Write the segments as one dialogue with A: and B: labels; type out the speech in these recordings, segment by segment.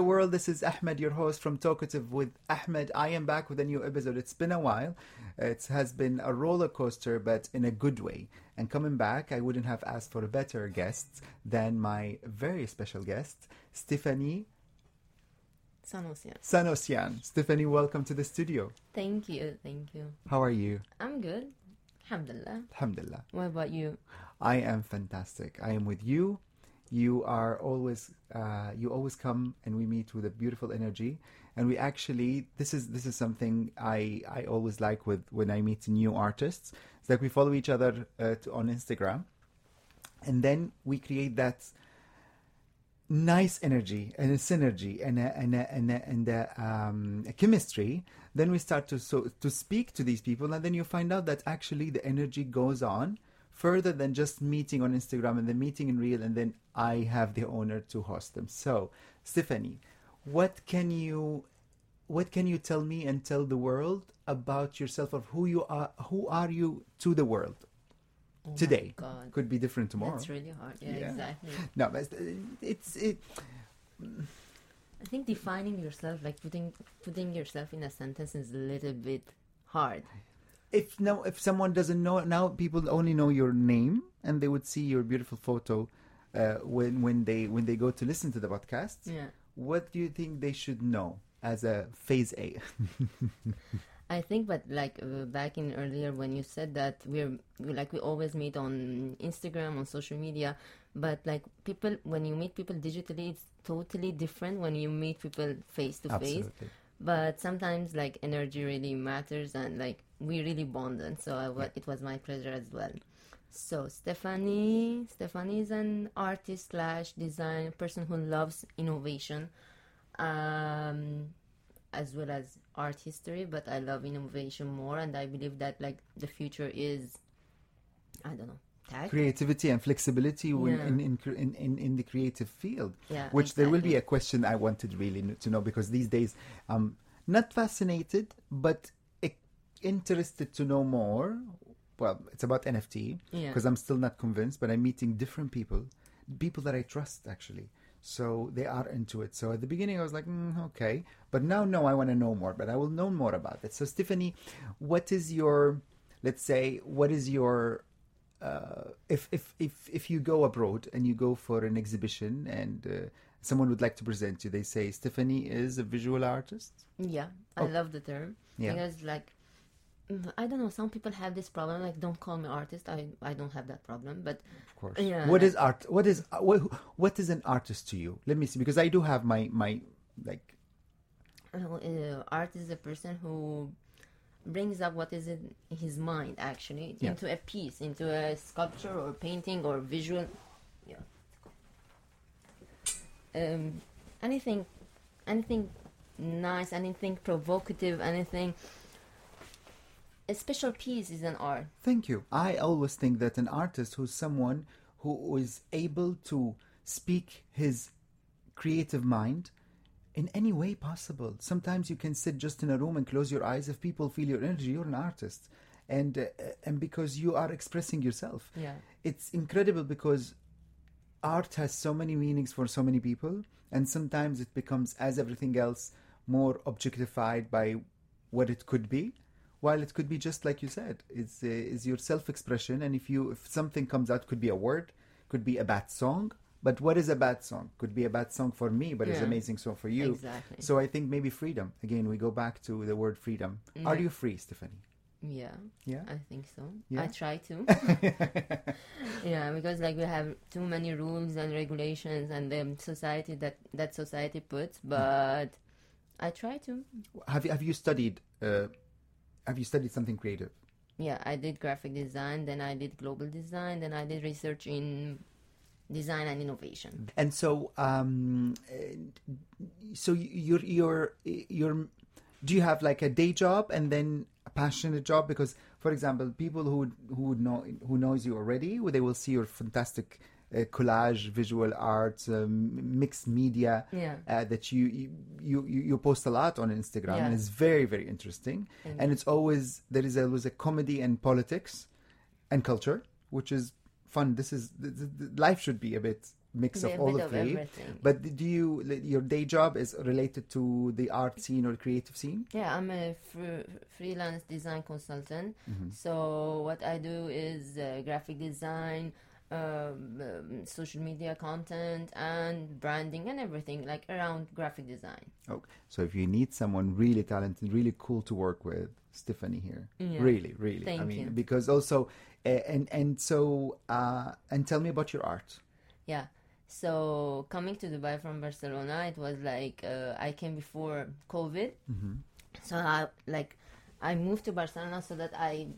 A: world. This is Ahmed, your host from Talkative with Ahmed. I am back with a new episode. It's been a while. It has been a roller coaster, but in a good way. And coming back, I wouldn't have asked for a better guest than my very special guest, Stephanie
B: Sanosian.
A: Sanosian. Stephanie, welcome to the studio.
B: Thank you, thank you.
A: How are you?
B: I'm good. Alhamdulillah.
A: Alhamdulillah.
B: What about you?
A: I am fantastic. I am with you. You are always uh, you always come and we meet with a beautiful energy. And we actually this is this is something I I always like with when I meet new artists. It's like we follow each other uh, to, on Instagram, and then we create that nice energy and a synergy and a, and a, and a, and a, um, a chemistry then we start to so to speak to these people and then you find out that actually the energy goes on further than just meeting on instagram and then meeting in real and then i have the honor to host them so stephanie what can you what can you tell me and tell the world about yourself of who you are who are you to the world
B: Oh my
A: today
B: God.
A: could be different tomorrow
B: That's really hard. Yeah,
A: Yeah.
B: exactly.
A: no but it's it
B: I think defining yourself, like putting putting yourself in a sentence, is a little bit hard.
A: if now if someone doesn't know it now people only know your name and they would see your beautiful photo uh, when when they when they go to listen to the podcast
B: Yeah.
A: what do you think they should know as a phase a
B: I think, but like uh, back in earlier when you said that we're we- like we always meet on Instagram on social media, but like people when you meet people digitally, it's totally different when you meet people face to face.
A: absolutely
B: But sometimes like energy really matters, and like we really bonded. So I wa- it was my pleasure as well. So Stephanie, Stephanie is an artist slash design person who loves innovation. Um, as well as art history, but I love innovation more, and I believe that like the future is, I don't know, tech.
A: creativity and flexibility when,
B: Yeah.
A: in, in, cre- in in in the creative field
B: Yeah,
A: which there will be
B: exactly.
A: a question i wanted really n- to know because these days i'm not fascinated but e- interested to know more well it's about nft
B: Yeah.
A: because i'm still not convinced but i'm meeting different people people that i trust actually so they are into it so at the beginning i was like mm, okay but now no i want to know more but i will know more about it so stephanie what is your let's say what is your uh, if, if if if you go abroad and you go for an exhibition and uh, someone would like to present you, they say Stephanie is a visual artist.
B: Yeah, I love the term
A: Oh. Yeah.
B: because like mm, I don't know, some people have this problem like don't call me artist. I I don't have that problem, but
A: Of course.
B: Yeah,
A: What
B: like-
A: is art? What is what, what is an artist to you? Let me see because I do have my my like
B: uh, art is a person who brings up what is in his mind actually
A: Yeah.
B: into a piece into a sculpture or painting or visual yeah um, anything anything nice anything provocative anything a special piece is an art
A: Thank you. I always think that an artist who's someone who is able to speak his creative mind in any way possible. Sometimes you can sit just in a room and close your eyes. If people feel your energy, you're an artist, and uh, and because you are expressing yourself.
B: Yeah.
A: it's incredible because art has so many meanings for so many people, and sometimes it becomes, as everything else, more objectified by what it could be, while it could be just like you said, it's uh, is your self-expression. And if you if something comes out, could be a word, could be a bad song. But what is a bad song? Could be a bad song for me, but it's
B: Yeah.
A: amazing song for you.
B: Exactly.
A: So I think maybe freedom. Again, we go back to the word freedom.
B: Mm-hmm.
A: Are you free, Stephanie?
B: Yeah.
A: Yeah?
B: I think so.
A: Yeah?
B: I try to. yeah, because like we have too many rules and regulations and the society that that society puts,
A: Hmm.
B: but I try to.
A: Have you have you studied? Uh, have you studied something creative?
B: Yeah, I did graphic design, then I did global design, then I did research in design and innovation.
A: And so, um, so you're you're you're. Do you have like a day job and then a passionate job? Because, for example, people who who would know who knows you already, they will see your fantastic uh, collage, visual arts, um, mixed media
B: Yeah.
A: uh, that you you, you you post a lot on Instagram, and
B: Yeah.
A: it's very very interesting. And it's always there is always a comedy and politics and culture, which is fun. This is th- th- th- life should be a bit mix
B: A
A: of all
B: bit
A: of
B: of
A: three.
B: everything.
A: But do you like, your day job is related to the art scene or creative scene?
B: Yeah, I'm a fr- freelance design consultant. So what I do is uh, graphic design, um, um, social media content, and branding and everything like around graphic design.
A: Oh, so if you need someone really talented, really cool to work with, Stephanie here.
B: Yeah.
A: Really, really. I
B: Thank
A: mean,
B: you.
A: because also, uh, and and so uh, and tell me about your art.
B: Yeah. So coming to Dubai from Barcelona, it was like uh, I came before COVID. So I like I moved to Barcelona so that I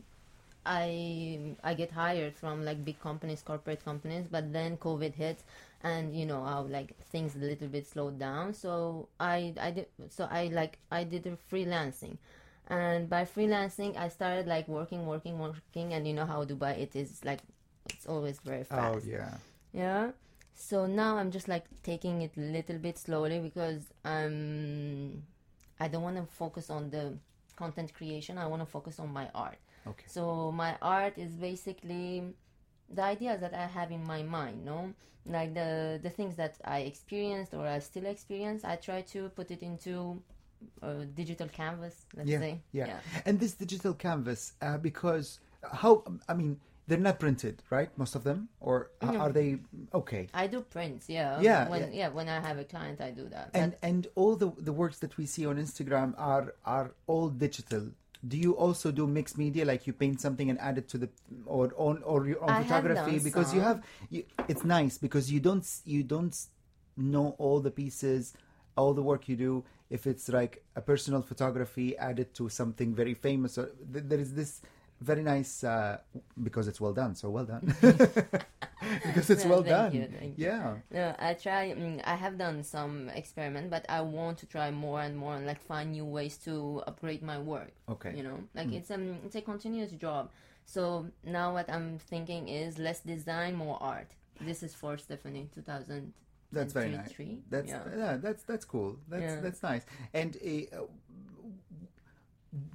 B: I I get hired from like big companies, corporate companies. But then COVID hit, and you know how like things a little bit slowed down. So I I did so I like I did a freelancing. And by freelancing, I started like working, working, working, and you know how Dubai it is like it's always very
A: Oh,
B: fast.
A: yeah.
B: Yeah. So now I'm just like taking it a little bit slowly because I'm I don't want to focus on the content creation. I want to focus on my art.
A: Okay.
B: So my art is basically the ideas that I have in my mind, no? Like the the things that I experienced or I still experience, I try to put it into a digital canvas, let's
A: Yeah,
B: say.
A: yeah. And this digital canvas, uh, because how I mean, they're not printed, right? Most of them, or uh, are they? Okay.
B: I do prints, yeah.
A: Yeah,
B: When yeah, when I have a client I do that.
A: And and all the the works that we see on Instagram are are all digital. Do you also do mixed media, like you paint something and add it to the or on or your own
B: I have
A: photography?
B: done
A: because you
B: some.
A: have, you, it's nice because you don't s- you don't s- know all the pieces, all the work you do. If it's like a personal photography added to something very famous, or th- there is this very nice uh, because it's well done. So well done because it's
B: Yeah,
A: well
B: thank
A: done.
B: you, thank you.
A: yeah.
B: No, I try. mm, I have done some experiment, but I want to try more and more and like find new ways to upgrade my work.
A: Okay. Hmm.
B: You know, like it's um it's a continuous job. So now what I'm thinking is let's design more art. This is for Stephanie 2000.
A: That's very nice.
B: Three?
A: That's yeah.
B: Yeah.
A: that's that's cool. That's
B: Yeah.
A: that's nice. And uh, uh,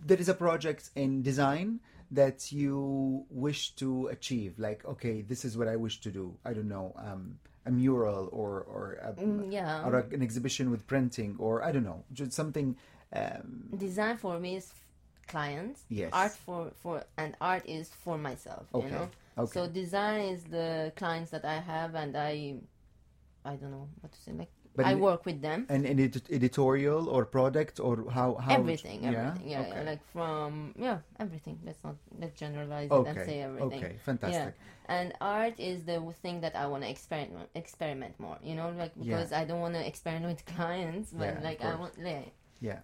A: there is a project in design that you wish to achieve. Like, okay, this is what I wish to do. I don't know, um, a mural or or a,
B: Mm, yeah.
A: or a, an exhibition with printing or I don't know, just something. Um,
B: Design for me is f- clients.
A: Yes.
B: Art for for and art is for myself.
A: Okay.
B: You know.
A: Okay.
B: So design is the clients that I have and I. I don't know what to say. Like
A: But
B: I
A: in-
B: work with them.
A: an edit- editorial or product or how how would you-
B: everything, everything, yeah,
A: Oh, Okay.
B: like from yeah, everything. Let's not let's generalize it and say
A: Okay.
B: everything.
A: Okay. Fantastic.
B: Yeah, and art is the thing that I want to experiment experiment more. You know, like because I don't want to experiment with clients, but
A: Yeah, of
B: like I
A: course.
B: want yeah,
A: Yeah.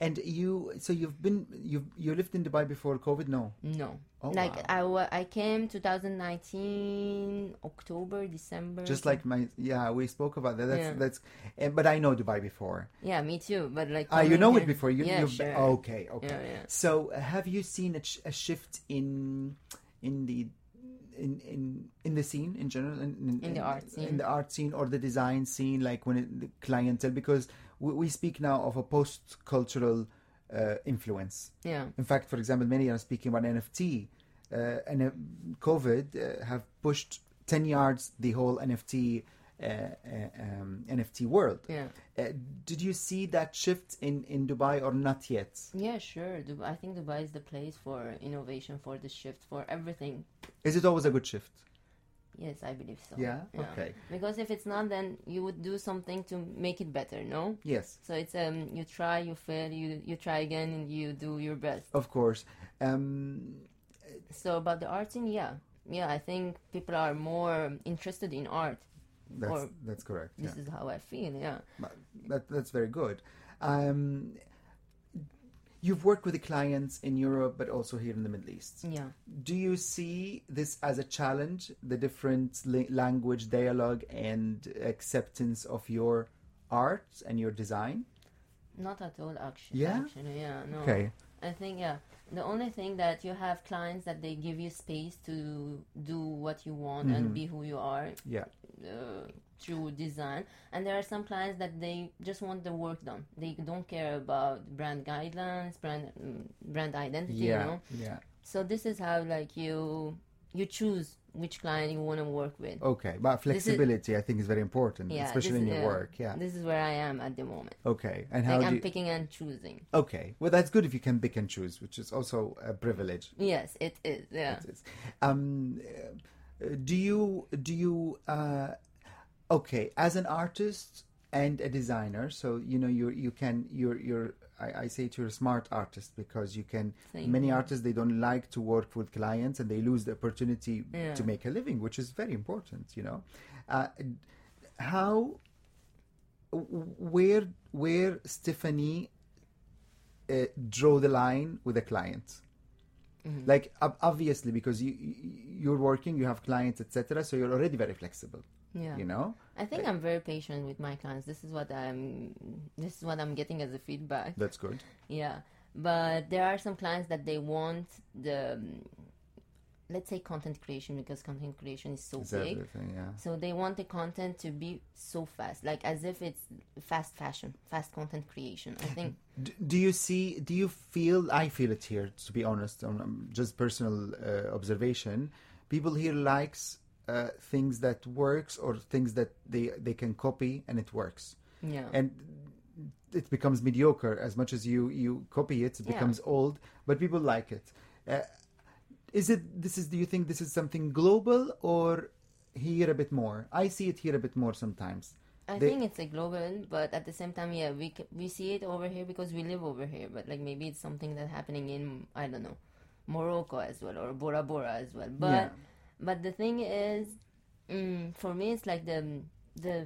A: And you, so you've been you've you lived in Dubai before COVID? No.
B: no.
A: Oh,
B: like
A: wow.
B: I wa- I came 2019 October December.
A: just like my yeah we spoke about that that's
B: Yeah.
A: that's eh, but i know dubai before
B: yeah, me too. But like
A: ah you
B: coming
A: know it
B: here-
A: before you
B: Oh,
A: oh.
B: yeah
A: you've
B: sure.
A: okay okay
B: Yeah, yeah.
A: so uh, have you seen a, sh- a shift in in the in, in in the scene in general in,
B: In the art
A: in
B: scene.
A: the art scene or the design scene like when it, the clientele because we, we speak now of a post cultural uh, influence
B: yeah.
A: in fact, for example, many are speaking about NFT, uh, and uh, COVID uh, have pushed ten yards the whole NFT uh, uh, um, NFT world.
B: Yeah.
A: Uh, did you see that shift in in Dubai or not yet?
B: Yeah, sure. Dub- I think Dubai is the place for innovation, for the shift, for everything.
A: Is it always a good shift?
B: Yes, I believe so.
A: Yeah? Okay.
B: Because if it's not, then you would do something to make it better, no?
A: Yes,
B: So it's um, you try, you fail, you you try again, and you do your best.
A: of course. Um,
B: So about the art scene, yeah, yeah, I think people are more interested in art.
A: that's
B: Or-
A: that's correct. Yeah.
B: This is how I feel. Yeah,
A: But That, that's very good. Um, you've worked with the clients in Europe, but also here in the Middle East.
B: yeah.
A: Do you see this as a challenge, the different li- language dialogue and acceptance of your art and your design?
B: Not at all, actually.
A: Yeah?
B: Actually, yeah. No.
A: Okay.
B: I think yeah. The only thing that you have clients that they give you space to do what you want
A: Mm-hmm.
B: and be who you are
A: Yeah.
B: uh, through design. And there are some clients that they just want the work done. They don't care about brand guidelines, brand mm, brand identity. You
A: Yeah.
B: know.
A: Yeah.
B: So this is how like you you choose which client you want to work with.
A: Okay, but
B: This is-
A: flexibility I think is very important,
B: Yeah,
A: Oh, especially in
B: this-
A: your work. Yeah.
B: This is where I am at the moment.
A: Okay, and how
B: Like
A: do
B: I'm
A: you,
B: picking and choosing.
A: okay? Well, that's good if you can pick and choose, which is also a privilege.
B: Yes, it is. Yeah.
A: It's- Um, uh, do you do you uh, okay as an artist and a designer? So you know you you can you're you're I, I say it you're a smart artist because you can.
B: Thank
A: many
B: you.
A: artists they don't like to work with clients and they lose the opportunity
B: Yeah.
A: to make a living, which is very important. You know, uh, how where where Stephanie uh, draw the line with a client?
B: Mm-hmm.
A: Like ob- obviously, because you you- you're working, you have clients, etc. So you're already very flexible.
B: Yeah.
A: You know,
B: I think I'm very patient with my clients. This is what I'm this is what I'm getting as a feedback.
A: that's good.
B: Yeah. But there are some clients that they want the um, let's say content creation because content creation is so
A: It's
B: big.
A: everything. Yeah.
B: So they want the content to be so fast, like as if it's fast fashion, fast content creation. I think
A: D- do you see do you feel i feel it here to be honest um, um, just personal uh, observation people here likes uh, things that works or things that they they can copy and it works
B: yeah.
A: and it becomes mediocre as much as you you copy it it
B: Yeah.
A: becomes old but people like it uh, is it this is do you think this is something global or here a bit more i see it here a bit more sometimes
B: I
A: They-
B: think it's a global, but at the same time, yeah, we c- we see it over here because we live over here. But like maybe it's something that's happening in I don't know, Morocco as well or Bora Bora as well. But
A: Yeah.
B: but the thing is, mm, for me, it's like the the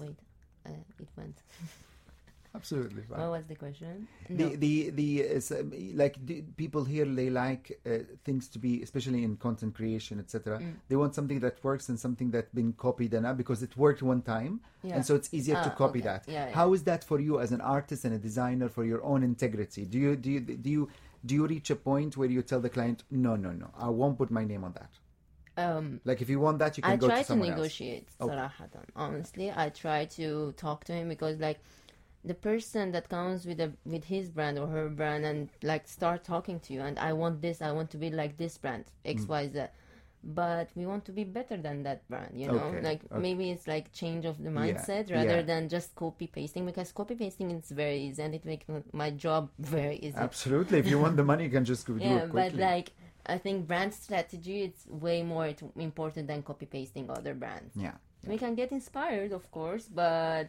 B: wait, uh, it went.
A: absolutely fine.
B: What was the question? No.
A: the the the it's, um, like the people here they like uh, things to be especially in content creation etc
B: Mm.
A: they want something that works and something that's been copied and up because it worked one time
B: Yeah.
A: and so it's easier to
B: Ah,
A: copy
B: okay.
A: that
B: Yeah, yeah.
A: how is that for you as an artist and a designer for your own integrity do you do you do you do you reach a point where you tell the client no no no i won't put my name on that
B: um,
A: like if you want that you can
B: I
A: go
B: try
A: to
B: to
A: someone Oh.
B: negotiate
A: Okay.
B: Sarahatan. Honestly, I try to talk to him because like the person that comes with a with his brand or her brand and like start talking to you and I want this, I want to be like this brand
A: Mm.
B: X Y Z. But we want to be better than that brand, you know.
A: Okay,
B: Like
A: okay.
B: maybe it's like change of the mindset
A: yeah.
B: rather than just copy pasting because copy pasting is very easy and it makes my job very easy
A: else absolutely if you want the money you can just go do
B: yeah
A: it
B: but
A: quickly
B: like i think brand strategy it's way more t- important than copy pasting other brands
A: yeah
B: we can get inspired of course but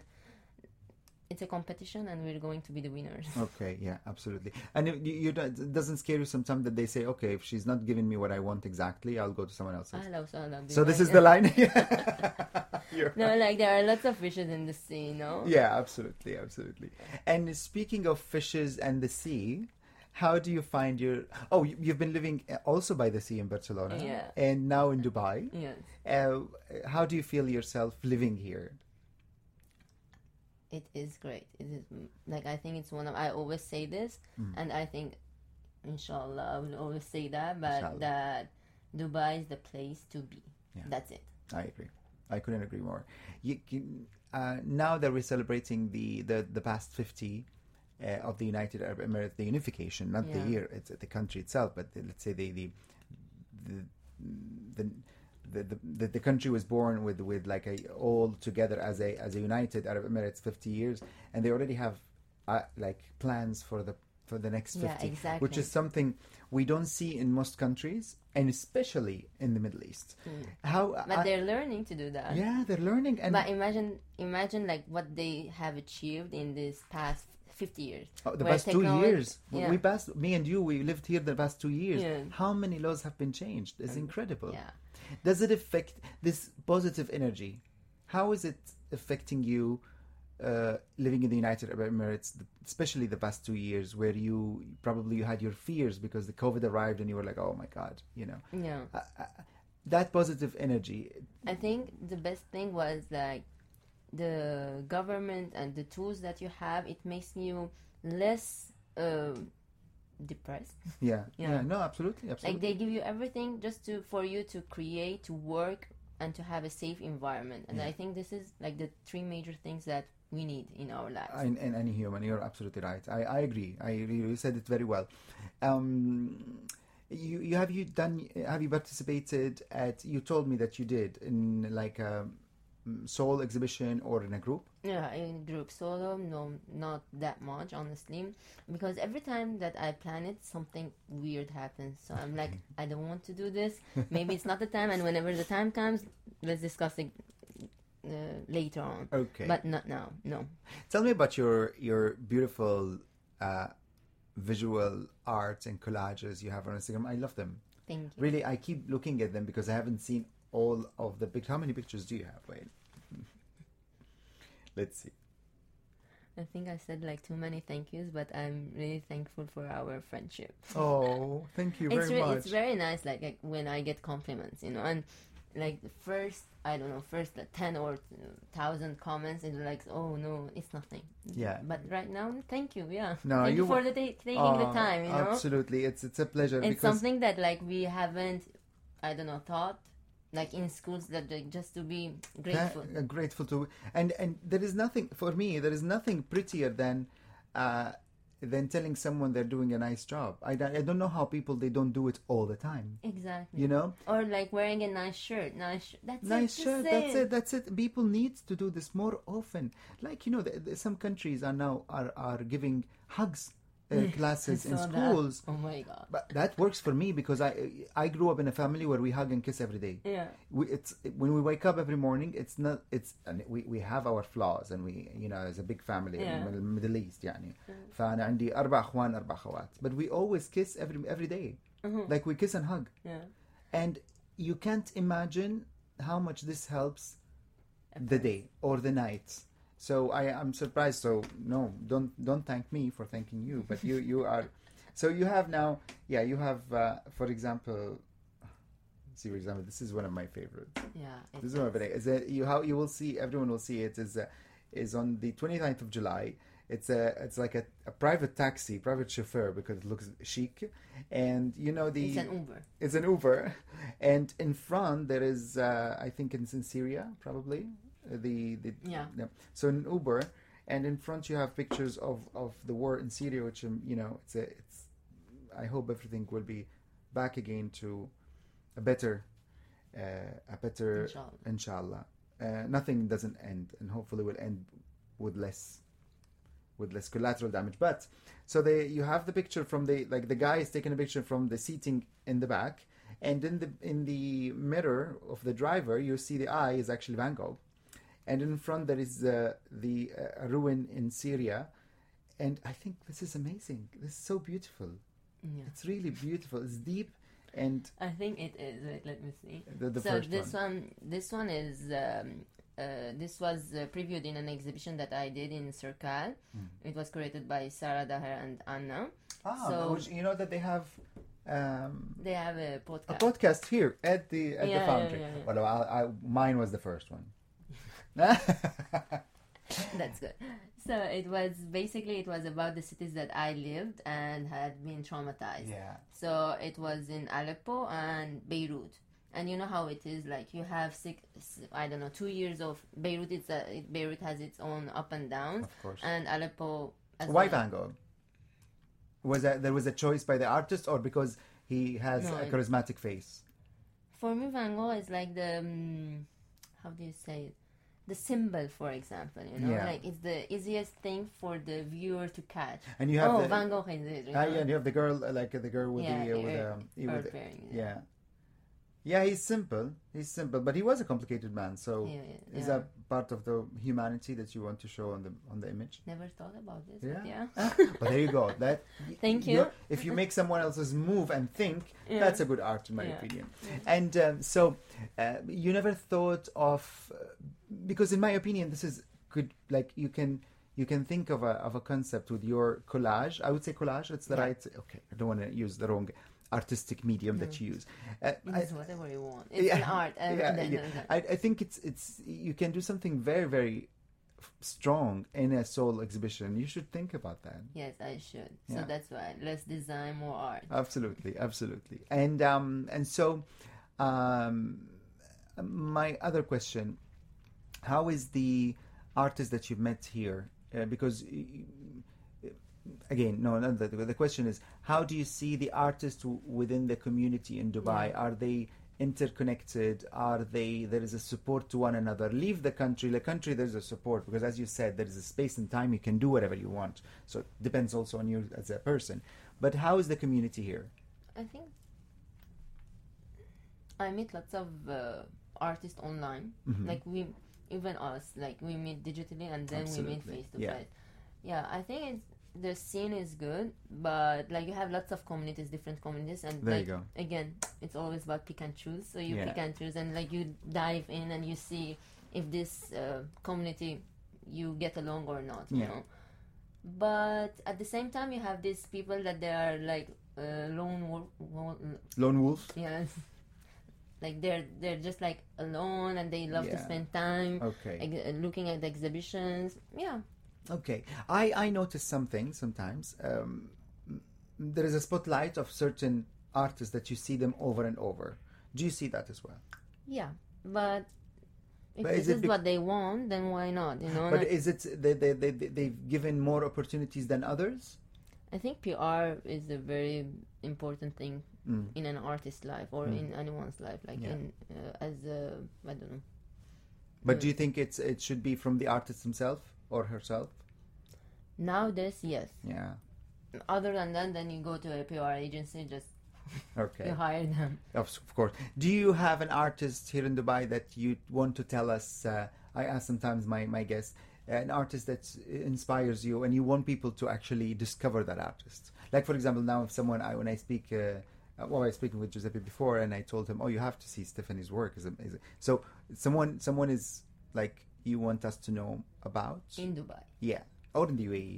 B: it's a competition and we're going to be the winners
A: Okay, yeah, absolutely. And if you, you don't, it doesn't scare you sometimes that they say, okay, if she's not giving me what I want exactly, I'll go to someone else.
B: I love, I love
A: so this
B: design.
A: is the line. You're-
B: no like there are lots of fishes in the sea no
A: yeah, absolutely, absolutely. And speaking of fishes and the sea, how do you find your? Oh, you- you've been living also by the sea in Barcelona,
B: Yeah.
A: and now in Dubai.
B: yes
A: Uh, how do you feel yourself living here?
B: it is great it is like i think it's one of i always say this
A: Mm.
B: and i think inshallah i will always say that but
A: Inshallah.
B: that dubai is the place to be
A: Yeah.
B: that's it
A: I agree. I couldn't agree more. You can, uh, now that we're celebrating the, the, the past 50 uh, of the United Arab Emirates, the unification, not
B: Yeah.
A: the year, it's the country itself, but the, let's say the the the, the the, the, the country was born with, with like a, all together as a as a United Arab Emirates 50 years, and they already have uh, like plans for the for the next 50,
B: Yeah,
A: which
B: exactly.
A: is something we don't see in most countries, and especially in the Middle East. How
B: Mm. but
A: I-
B: they're learning to do that
A: yeah, they're learning, and
B: but imagine imagine like what they have achieved in this past 50 years
A: oh, the
B: where
A: past two
B: technology-
A: years, we-
B: yeah,
A: we passed. Me and you, we lived here the past two years.
B: Yeah.
A: How many laws have been changed? It's incredible.
B: yeah
A: Does it affect this positive energy? How is it affecting you? Uh, living in the United Arab Emirates, especially the past two years, where you probably you had your fears because the COVID arrived and you were like, "Oh my God," you know,
B: yeah
A: that positive energy.
B: i think the best thing was like the government and the tools that you have it makes you less um depressed
A: Yeah, yeah,
B: Yeah.
A: no, absolutely, absolutely.
B: like they give you everything just to for you to create to work and to have a safe environment and i think this is like the three major things that we need in our lives
A: in, in any human. You're absolutely right. I, I agree. I you said it very well. Um, you you have you done have you participated at you told me that you did in like a mm, soul exhibition or in a group
B: Yeah, in group solo, no, not that much, honestly, because every time that I plan it, something weird happens. So I'm like, I don't want to do this. Maybe it's not the time, and whenever the time comes, let's discuss it uh, later on.
A: okay
B: But not now, no.
A: tell me about your your beautiful uh visual arts and collages you have on instagram i love them
B: Thank you.
A: really i keep looking at them because i haven't seen all of the pic- how many pictures do you have wait let's see
B: I think I said like too many thank yous, but I'm really thankful for our friendship.
A: oh thank you very
B: it's, re-
A: much
B: it's very nice like, like when i get compliments you know and like the first i don't know first like, 10 or uh, 1000 comments it's like oh no it's nothing
A: Yeah.
B: but right now thank you yeah
A: No,
B: thank you,
A: you
B: for the ta- taking the
A: Oh,
B: time you know
A: absolutely it's it's a pleasure
B: it's
A: because
B: something that like we haven't i don't know taught like in schools that like, just to be
A: That-
B: grateful
A: uh, grateful to and and there is nothing for me there is nothing prettier than uh than telling someone they're doing a nice job i, don't- I don't know how people they don't do it all the time
B: exactly
A: you know
B: or like wearing a nice shirt nice sh- that's it,
A: nice
B: just
A: shirt that's
B: saying.
A: it that's it people need to do this more often like you know the, the, some countries are now are are giving hugs uh, classes in
B: So that-
A: schools
B: oh my god
A: but that works for me because i i grew up in a family where we hug and kiss every day
B: yeah
A: we, it's when we wake up every morning it's not it's and we, we have our flaws and we you know as a big family
B: Yeah.
A: in the Middle East يعني فأنا عندي أربع أخوان أربع أخوات but we always kiss every every day. like we kiss and hug
B: yeah
A: and you can't imagine how much this helps the day or the night so I am surprised so no don't don't thank me for thanking you but you you are so you have now yeah you have uh, for example see for example this is one of my favorites
B: yeah it
A: this is what I'm saying. Is that you how you will see everyone will see it is uh, is on the 29th of July. It's a it's like a, a private taxi, private chauffeur because it looks chic, and you know the
B: it's an uber
A: it's an Uber, and in front there is uh, I think it's in Syria probably uh, the the
B: Yeah.
A: so an Uber, and in front you have pictures of of the war in Syria, which um, you know it's a it's I hope everything will be back again to a better uh, a better
B: inshallah
A: inshallah uh, nothing doesn't end and hopefully will end with less with less collateral damage but so they you have the picture from the like the guy is taking a picture from the seating in the back and in the in the mirror of the driver you see the eye is actually van gogh and in front there is uh, the uh, a ruin in syria and i think this is amazing this is so beautiful
B: yeah
A: it's really beautiful it's deep and
B: I think it is. Wait, let me see.
A: the, the
B: so
A: first
B: this
A: one
B: one. this one is, um, uh, this was uh, previewed in an exhibition that I did in Circal.
A: Mm.
B: It was created by Sarah Daher and Anna.
A: Ah,
B: So-
A: which, you know that they have um,
B: They have a
A: a
B: podcast.
A: podcast here at the at
B: Yeah,
A: the
B: yeah,
A: foundry.
B: yeah, yeah.
A: Well, I, I, mine was the first one.
B: That's good. So it was basically it was about the cities that I lived and had been traumatized.
A: yeah,
B: So it was in Aleppo and Beirut. And you know how it is like you have six I don't know 2 years of Beirut it's a, it, Beirut has its own up and downs
A: of course.
B: and Aleppo as
A: Why
B: well.
A: Van Gogh? Was that there was a choice by the artist, or because he has
B: No,
A: a
B: it-
A: charismatic face?
B: For me, Van Gogh is like the um, how do you say it? The symbol, for example, you know,
A: Yeah.
B: like it's the easiest thing for the viewer to catch.
A: And you have
B: Oh,
A: the
B: Van Gogh is it? You
A: Ah,
B: know?
A: yeah, and you have the girl uh, like the girl with
B: Yeah,
A: the, uh,
B: the
A: with,
B: ear-
A: um, he-
B: Bird
A: with the-
B: pairing, yeah.
A: yeah, yeah. He's simple. He's simple, but he was a complicated man. So
B: Yeah, yeah,
A: is
B: yeah.
A: that part of the humanity that you want to show on the on the image?
B: Never thought about this,
A: Yeah.
B: but yeah.
A: But there you go. That
B: Thank you.
A: you're- If you make someone else's move and think,
B: Yeah.
A: that's a good art, in my
B: Yeah.
A: opinion. And um, so, uh, you never thought of uh, because, in my opinion, this is good. Like you can you can think of a of a concept with your collage. I would say collage. It's the
B: Yeah.
A: right. Okay, I don't want to use the wrong artistic medium that you use. Uh,
B: Mm. It
A: I-
B: is whatever you want. It's
A: Yeah.
B: an art. Uh,
A: yeah,
B: no,
A: yeah.
B: no, no.
A: I, I think it's it's you can do something very very f- strong in a soul exhibition. You should think about that.
B: Yes, I should.
A: Yeah.
B: So that's why let's design more art.
A: absolutely absolutely and um and so um my other question how is the artist that you've met here uh, because y- y- again, no, not that. The question is, how do you see the artists w- within the community in Dubai? Are they interconnected? Are they there is a support to one another? Leave the country, the country there's a support because, as you said, there is a space and time you can do whatever you want. So it depends also on you as a person. But how is the community here?
B: I think I meet lots of uh, artists online.
A: Mm-hmm.
B: Like we, even us, like we meet digitally and then we
A: Absolutely.
B: meet face to
A: Yeah.
B: face. Yeah, I think it's the scene is good, but like you have lots of communities, different communities, and
A: There you
B: like
A: go.
B: again, it's always about pick and choose. So you
A: Yeah.
B: pick and choose, and like you dive in and you see if this uh, community you get along or not. You
A: Yeah.
B: know. But at the same time, you have these people that they are like uh, lone wolf, wo-
A: Lone wolf.
B: yeah. Like they're they're just like alone and they love to
A: Yeah.
B: spend time
A: Okay.
B: ex- looking at the exhibitions. Yeah.
A: Okay, I I notice something sometimes. Um, m- there is a spotlight of certain artists that you see them over and over. Do you see that as well?
B: Yeah. But if
A: But is
B: this
A: it
B: is
A: bec-
B: what they want, then why not? You know,
A: But
B: Like,
A: is it they they they they've given more opportunities than others?
B: I think PR is a very important thing
A: Mm.
B: in an artist's life or in anyone's life. Like
A: Hmm. Yeah.
B: in uh, as a I don't know.
A: But do you think it's it should be from the artist himself or herself?
B: Nowadays, yes.
A: Yeah.
B: Other than that, then you go to a PR agency, just
A: Okay.
B: you hire them.
A: Of, of course. Do you have an artist here in Dubai that you want to tell us? Uh, I ask sometimes my my guests an artist that inspires you and you want people to actually discover that artist. Like for example, now if someone I when I speak. Uh, uh, well, I was speaking with Giuseppe before, and I told him, "Oh, you have to see Stephanie's work." Is amazing. So someone, someone is like you want us to know about,
B: in Dubai.
A: yeah, or in the UAE,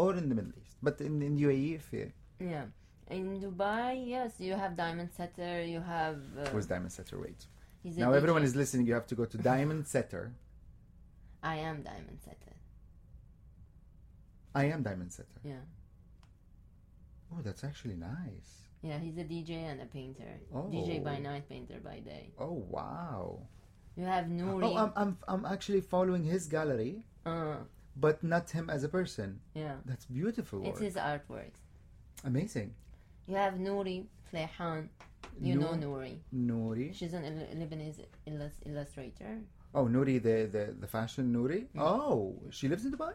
A: or in the Middle East, but in, in UAE, E, if you,
B: Yeah. In Dubai, yes, you have Diamond Setter, you have. Uh,
A: where's Diamond Setter? Wait,
B: he's a
A: now everyone
B: DJ.
A: is listening. You have to go to Diamond Setter.
B: I am Diamond Setter.
A: I am Diamond Setter.
B: Yeah.
A: Oh, that's actually nice.
B: Yeah, he's a DJ and a painter. DJ by night, painter by day.
A: Oh, wow.
B: You have
A: Oh, I'm,
B: Nuri.
A: I'm, I'm actually following his gallery,
B: uh,
A: but not him as a person.
B: yeah.
A: That's beautiful work.
B: It's his artworks.
A: Amazing.
B: You have Nuri Flehan. You know Nuri.
A: Nuri.
B: She's an il- Lebanese illus- illustrator.
A: Oh, Nuri, the, the, the fashion Nuri.
B: Yeah.
A: Oh, she lives in Dubai?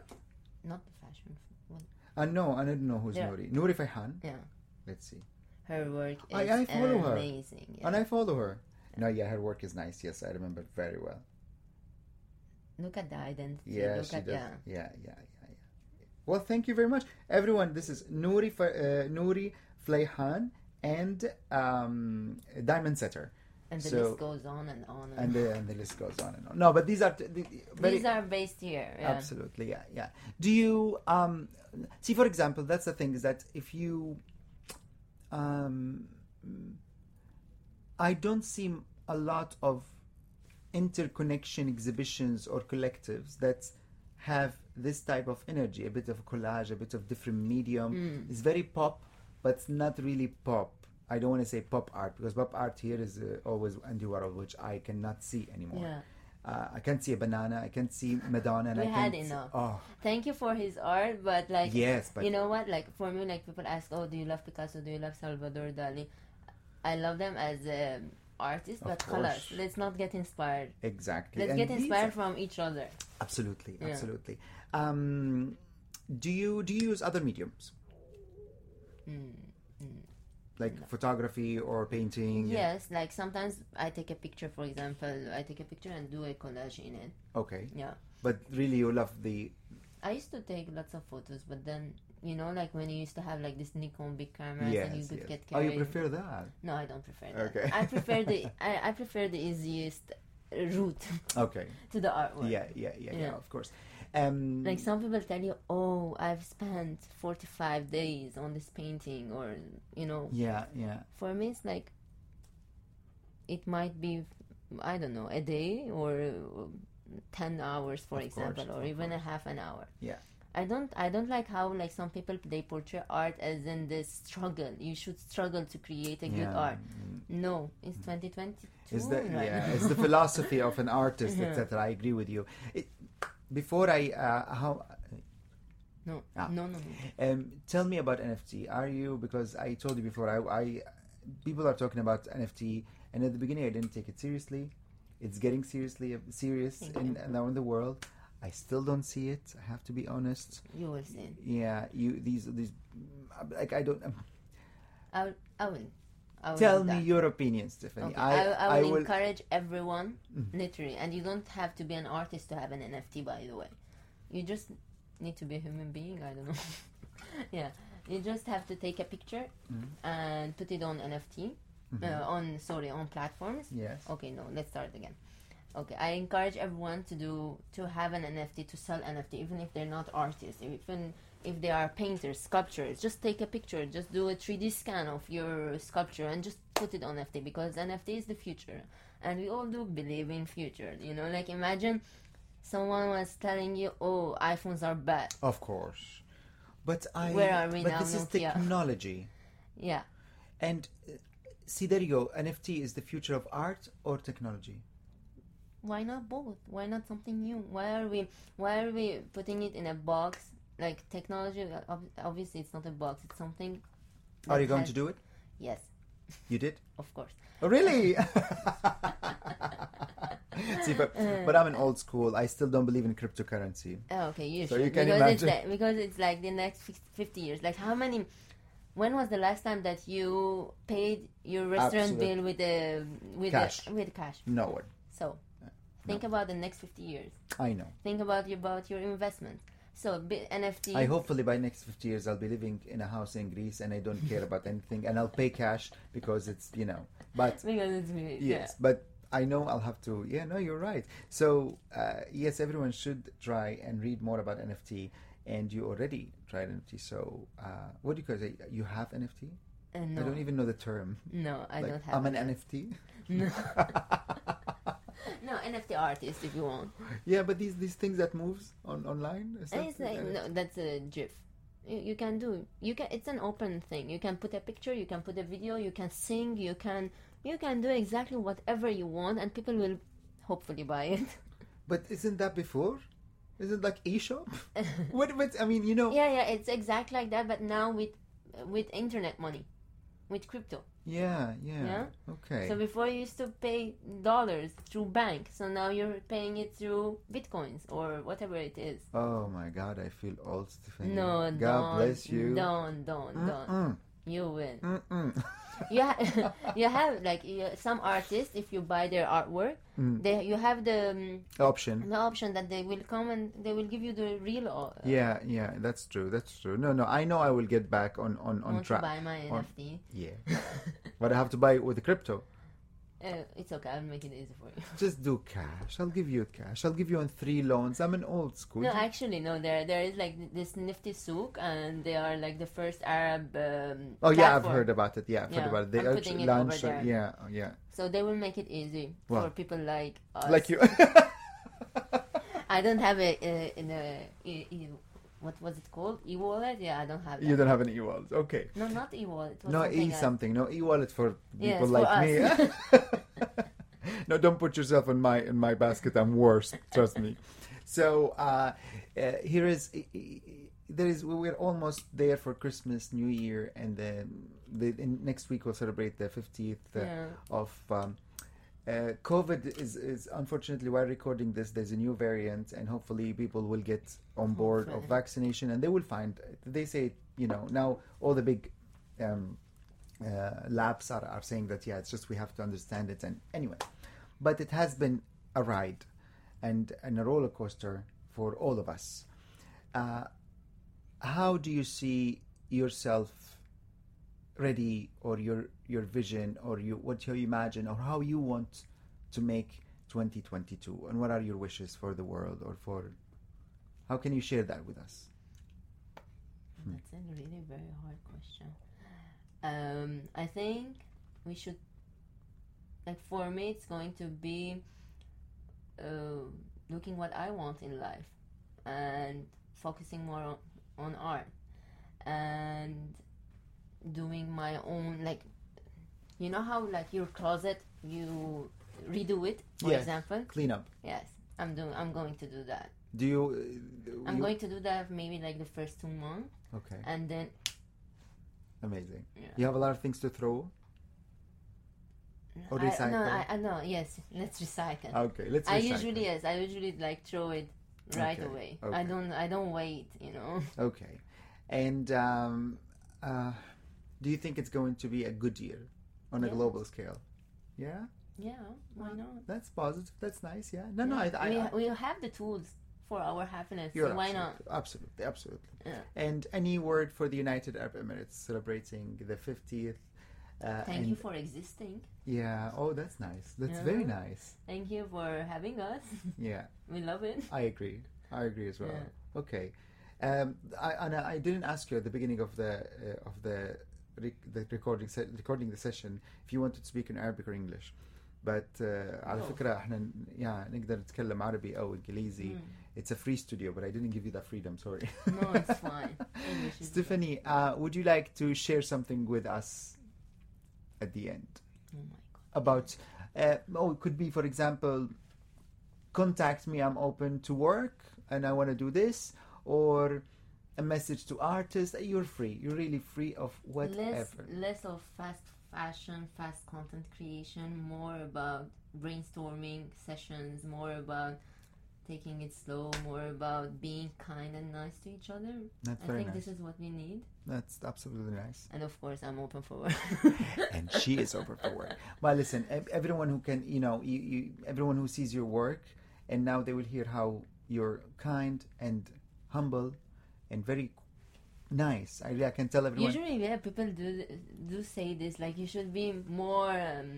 B: Not the fashion. Well,
A: I know, I don't know who's
B: Yeah.
A: Nuri. Nuri Fayhan.
B: Yeah.
A: Let's see.
B: her work is
A: I- I follow her.
B: amazing. Yeah.
A: And I follow her. No, yeah, her work is nice. Yes, I remember it very well.
B: Look at the identity.
A: Yeah,
B: Look
A: she
B: at
A: does.
B: yeah.
A: Yeah, yeah, yeah, yeah. Well, thank you very much, everyone. This is Nuri Fa- uh, Nuri Flayhan and um, Diamond Setter,
B: And the
A: So-
B: list goes on and on. And
A: and the, and the list goes on and on. No, but these are t- the, the- very
B: These are based here. Yeah.
A: absolutely yeah yeah. Do you um, see, for example, that's the thing is that if you, um, I don't see a lot of interconnection exhibitions or collectives that have this type of energy, a bit of collage, a bit of different medium.
B: Mm.
A: It's very pop, but it's not really pop. I don't want to say pop art because pop art here is uh, always Andy Warhol, which I cannot see anymore.
B: Yeah.
A: Uh, I can't see a banana. I can't see Madonna. And
B: We
A: I
B: had
A: can't see-
B: enough.
A: oh,
B: thank you for his art, but like,
A: yes, but
B: you know what? Like for me, like people ask, oh, do you love Picasso? Do you love Salvador Dali? I love them as um, artists,
A: Of
B: but
A: course.
B: colors. Let's not get inspired.
A: exactly.
B: Let's
A: And
B: get
A: these
B: inspired
A: are-
B: from each other.
A: Absolutely,
B: Yeah.
A: absolutely. Um, do you do you use other mediums
B: Hmm.
A: like photography or painting?
B: Yes, like sometimes I take a picture, for example, I take a picture and do a collage in it.
A: Okay,
B: Yeah.
A: but really, you love the
B: I used to take lots of photos, but then you know, like when you used to have like this Nikon big cameras
A: yes.
B: and you could
A: yes.
B: get
A: oh,
B: carried.
A: you prefer that?
B: No, I don't prefer that.
A: Okay.
B: I prefer the I, I prefer the easiest route
A: Okay.
B: to the artwork.
A: Yeah, yeah, yeah, yeah,
B: Yeah.
A: Of course. Um,
B: Like some people tell you, oh, I've spent 45 days on this painting, or, you know,
A: yeah, yeah.
B: for me, it's like, it might be, I don't know, a day or uh, 10 hours, for
A: Of
B: example,
A: course,
B: or
A: of
B: even a half an hour.
A: Yeah.
B: I don't, I don't like how like some people they portray art as in this struggle. You should struggle to create a good
A: yeah.
B: art. No, it's 2022.
A: Is the
B: right
A: yeah?
B: now.
A: It's the philosophy of an artist, etc. I agree with you. It, before I uh, how
B: No,
A: Ah.
B: no, no, no.
A: Um, tell me about NFT. Are you because I told you before I, I people are talking about NFT, and at the beginning I didn't take it seriously. It's getting seriously serious
B: Thank
A: in, around the world. I still don't see it. I have to be honest.
B: You will see.
A: Yeah, you these these like I don't.
B: I will. I will. I will
A: tell
B: do
A: me
B: that.
A: your opinion, Stephanie.
B: Okay. I, I, Mm. will
A: I will
B: encourage everyone, literally, and you don't have to be an artist to have an NFT, by the way. You just need to be a human being. I don't know. yeah, you just have to take a picture
A: Mhm.
B: and put it on NFT,
A: Mhm.
B: uh, on sorry, on platforms.
A: Yes.
B: Okay, no, let's start again. Okay, I encourage everyone to do to have an NFT to sell NFT, even if they're not artists, even if they are painters, sculptors. Just take a picture, just do a 3D scan of your sculpture, and just put it on NFT because NFT is the future, and we all do believe in future. You know, like imagine someone was telling you, "Oh, iPhones are bad."
A: Of course. But I.
B: Where are we
A: but
B: now,
A: this is
B: Nokia?
A: technology.
B: Yeah,
A: And uh, see, there you go. NFT is the future of art or technology.
B: why not both? Why not something new? Why are we why are we putting it in a box? Like technology, uh, ob- obviously it's not a box. It's something.
A: are
B: that
A: you going
B: has-
A: to do it?
B: Yes,
A: You did?
B: of course.
A: Oh, really? see, but, but I'm an old school. I still don't believe in cryptocurrency.
B: Oh, okay, you
A: So
B: should
A: you can
B: because it's
A: imagine.
B: like, because it's like the next fif- fifty years. Like how many? When was the last time that you paid your restaurant
A: Absolute.
B: bill with a with
A: Cash.
B: A, with cash?
A: No one.
B: So, think about the next fifty years.
A: I know.
B: Think about your, about your investment. So bi- NFT.
A: I hopefully by next 50 years I'll be living in a house in Greece and I don't care about anything and I'll pay cash because it's, you know. But
B: because it's me.
A: Yes, but I know I'll have to. Yeah, no, you're right. So uh, yes, everyone should try and read more about NFT. And you already tried NFT. So uh, what do you guys say? You have NFT?
B: Yeah. Uh, no,
A: I don't even know the term.
B: no, I
A: Like,
B: don't have.
A: I'm an
B: it.
A: NFT.
B: No. no, NFT artist if you want.
A: Yeah, but these these things that moves on online. Is
B: And it's
A: that- uh,
B: like, no, that's a GIF. You, you can do. You can. It's an open thing. You can put a picture. You can put a video. You can sing. You can. You can do exactly whatever you want, and people will hopefully buy it.
A: But isn't that before? Isn't like eShop? what? But I mean, you know. Yeah.
B: yeah, yeah. It's exactly like that, but now with with internet money, with crypto.
A: Yeah.
B: Yeah?
A: Okay.
B: So before you used to pay dollars through bank, so now you're paying it through bitcoins or whatever it is.
A: oh my God, I feel old, Stephanie.
B: No,
A: God
B: don't,
A: bless you.
B: Don't, don't, don't.
A: Mm,
B: You win.
A: mm, mm.
B: you ha- you have like you, some artists if you buy their artwork
A: Mm.
B: they you have the, um,
A: Option.
B: the option that they will come and they will give you the real uh,
A: yeah yeah that's true that's true no no i know i will get back on on on
B: want to
A: track
B: buy my
A: on-
B: nft
A: yeah but i have to buy it with the crypto
B: uh, it's okay i'll make it easy for you
A: just do cash i'll give you cash i'll give you on three loans i'm an old school
B: no actually no there there is like this nifty souk and they are like the first arab um,
A: oh yeah i've
B: platform.
A: heard about it yeah i've heard
B: Yeah,
A: about it they
B: I'm putting
A: actu-
B: it over
A: launch
B: there.
A: yeah oh, yeah
B: so they will make it easy
A: Wow.
B: for people like us
A: like you
B: i don't have a, a, in a, e- e- what was it called e-wallet yeah i don't have that.
A: you don't have an e-wallet okay
B: no not e-wallet it was
A: no
B: something
A: e
B: else.
A: something no e-wallet for
B: Yes,
A: people
B: for
A: like me no don't put yourself in my in my basket i'm worse trust me so uh, uh here is there is we're almost there for christmas new year and then the in, next week we'll celebrate the 50th uh,
B: Yeah.
A: of um, uh, COVID is, is unfortunately while recording this, there's a new variant, and hopefully people will get on board of
B: Hopefully.
A: vaccination, and they will find. They say, you know, now all the big um, uh, labs are, are saying that yeah, it's just we have to understand it, and anyway, but it has been a ride and and a roller coaster for all of us. Uh, how do you see yourself ready or your your vision or you what you imagine or how you want to make 2022 and what are your wishes for the world or for how can you share that with us
B: That's a really very hard question. Um, I think we should, like, for me, it's going to be uh, looking what I want in life and focusing more on, on art and doing my own, like, you know how, like, your closet, you redo it, for
A: Yes.
B: example?
A: clean up
B: Yes, I'm doing, I'm going to do that.
A: Do you? uh,
B: I'm
A: you-
B: going to do that maybe like the first two months,
A: Okay,
B: and then
A: amazing.
B: Yeah.
A: You have a lot of things to throw. Or
B: I, no,
A: recycle.
B: I, I no, yes, let's recycle.
A: Okay, let's.
B: I
A: recycle.
B: usually yes, I usually like throw it right
A: Okay,
B: away. I
A: okay.
B: don't I don't wait, you know.
A: Okay, and um, uh, do you think it's going to be a good year on a
B: Yeah.
A: global scale? Yeah,
B: Yeah, why not?
A: that's positive. That's nice. Yeah. No, no. I, I,
B: we,
A: I-
B: we have the tools for our happiness.
A: you're
B: So why not?
A: absolutely- Absolutely, absolutely.
B: Yeah.
A: And any word for the United Arab Emirates celebrating the fiftieth? Uh,
B: Thank
A: and
B: you for existing.
A: yeah. Oh, that's nice. That's very nice.
B: Thank you for having us.
A: Yeah.
B: we love it.
A: I agree. I agree as well.
B: Yeah.
A: Okay, um, I, Anna, I didn't ask you at the beginning of the uh, of the rec- the recording se- recording the session if you wanted to speak in Arabic or English. But uh, على
B: No.
A: فكرة احنا ن- yeah نقدر نتكلم عربي أو إنجليزي.
B: Mm.
A: It's a free studio, but I didn't give you that freedom. Sorry.
B: No, it's fine. English is good.
A: Stephanie, uh, would you like to share something with us at the end?
B: Oh my god.
A: about uh, oh it could be for example contact me i'm open to work and i want to do this or a message to artists you're free you're really free of
B: Less
A: whatever
B: less of fast fashion, fast content creation, more about brainstorming sessions, more about taking it slow, more about being kind and nice to each other.
A: that's
B: I
A: very
B: think
A: nice
B: this is what we need.
A: that's absolutely nice
B: And of course, I'm open for work.
A: and she is open for work well listen ev- everyone who can you know you, you everyone who sees your work and now they will hear how you're kind and humble and very nice i, I can tell everyone
B: Usually, yeah, people do do say this like you should be more. Um,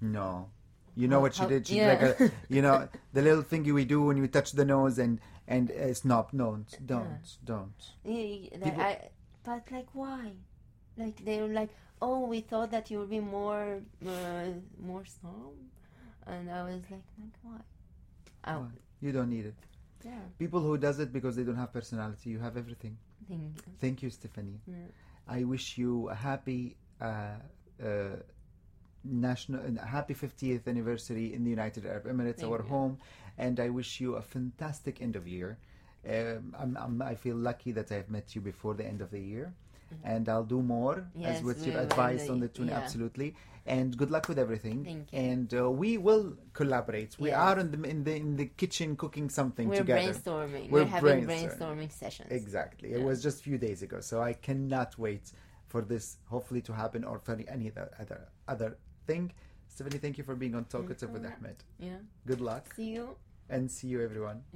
A: No. You know what she
B: Oh, How-
A: did? She
B: yeah.
A: did like a, you know, the little thingy we do when we touch the nose and and uh, snob. No, don't, don't.
B: Yeah, you- like,
A: People-
B: I, but like why? Like they were like, oh, we thought that you would be more, uh, more snob, and I was like, like why? Oh,
A: Why? You don't need it.
B: yeah.
A: People who does it because they don't have personality. You have everything.
B: Thing.
A: Thank you, Stephanie.
B: Yeah.
A: I wish you a happy uh, uh, national, a happy 50th anniversary in the United Arab Emirates,
B: Thank
A: our
B: you.
A: home, and I wish you a fantastic end of year. Um, I'm, I'm, I feel lucky that I've met you before the end of the year, and I'll do more as
B: Mm-hmm. Yes,
A: what
B: we
A: you've
B: will,
A: advised on
B: uh,
A: the tune.
B: yeah.
A: Absolutely, and good luck with everything.
B: Thank you.
A: And uh, we will collaborate. We
B: Yes.
A: are in the, in the in the kitchen cooking something
B: We're
A: together.
B: brainstorming.
A: We're
B: We're, having
A: brainstorming.
B: brainstorming sessions.
A: Exactly. It
B: Yeah.
A: was just a few days ago, so I cannot wait for this hopefully to happen or for any other other, other thing. Stephanie, thank you for being on Talkative with Ahmed.
B: Yeah.
A: Good luck
B: See you.
A: and see you everyone.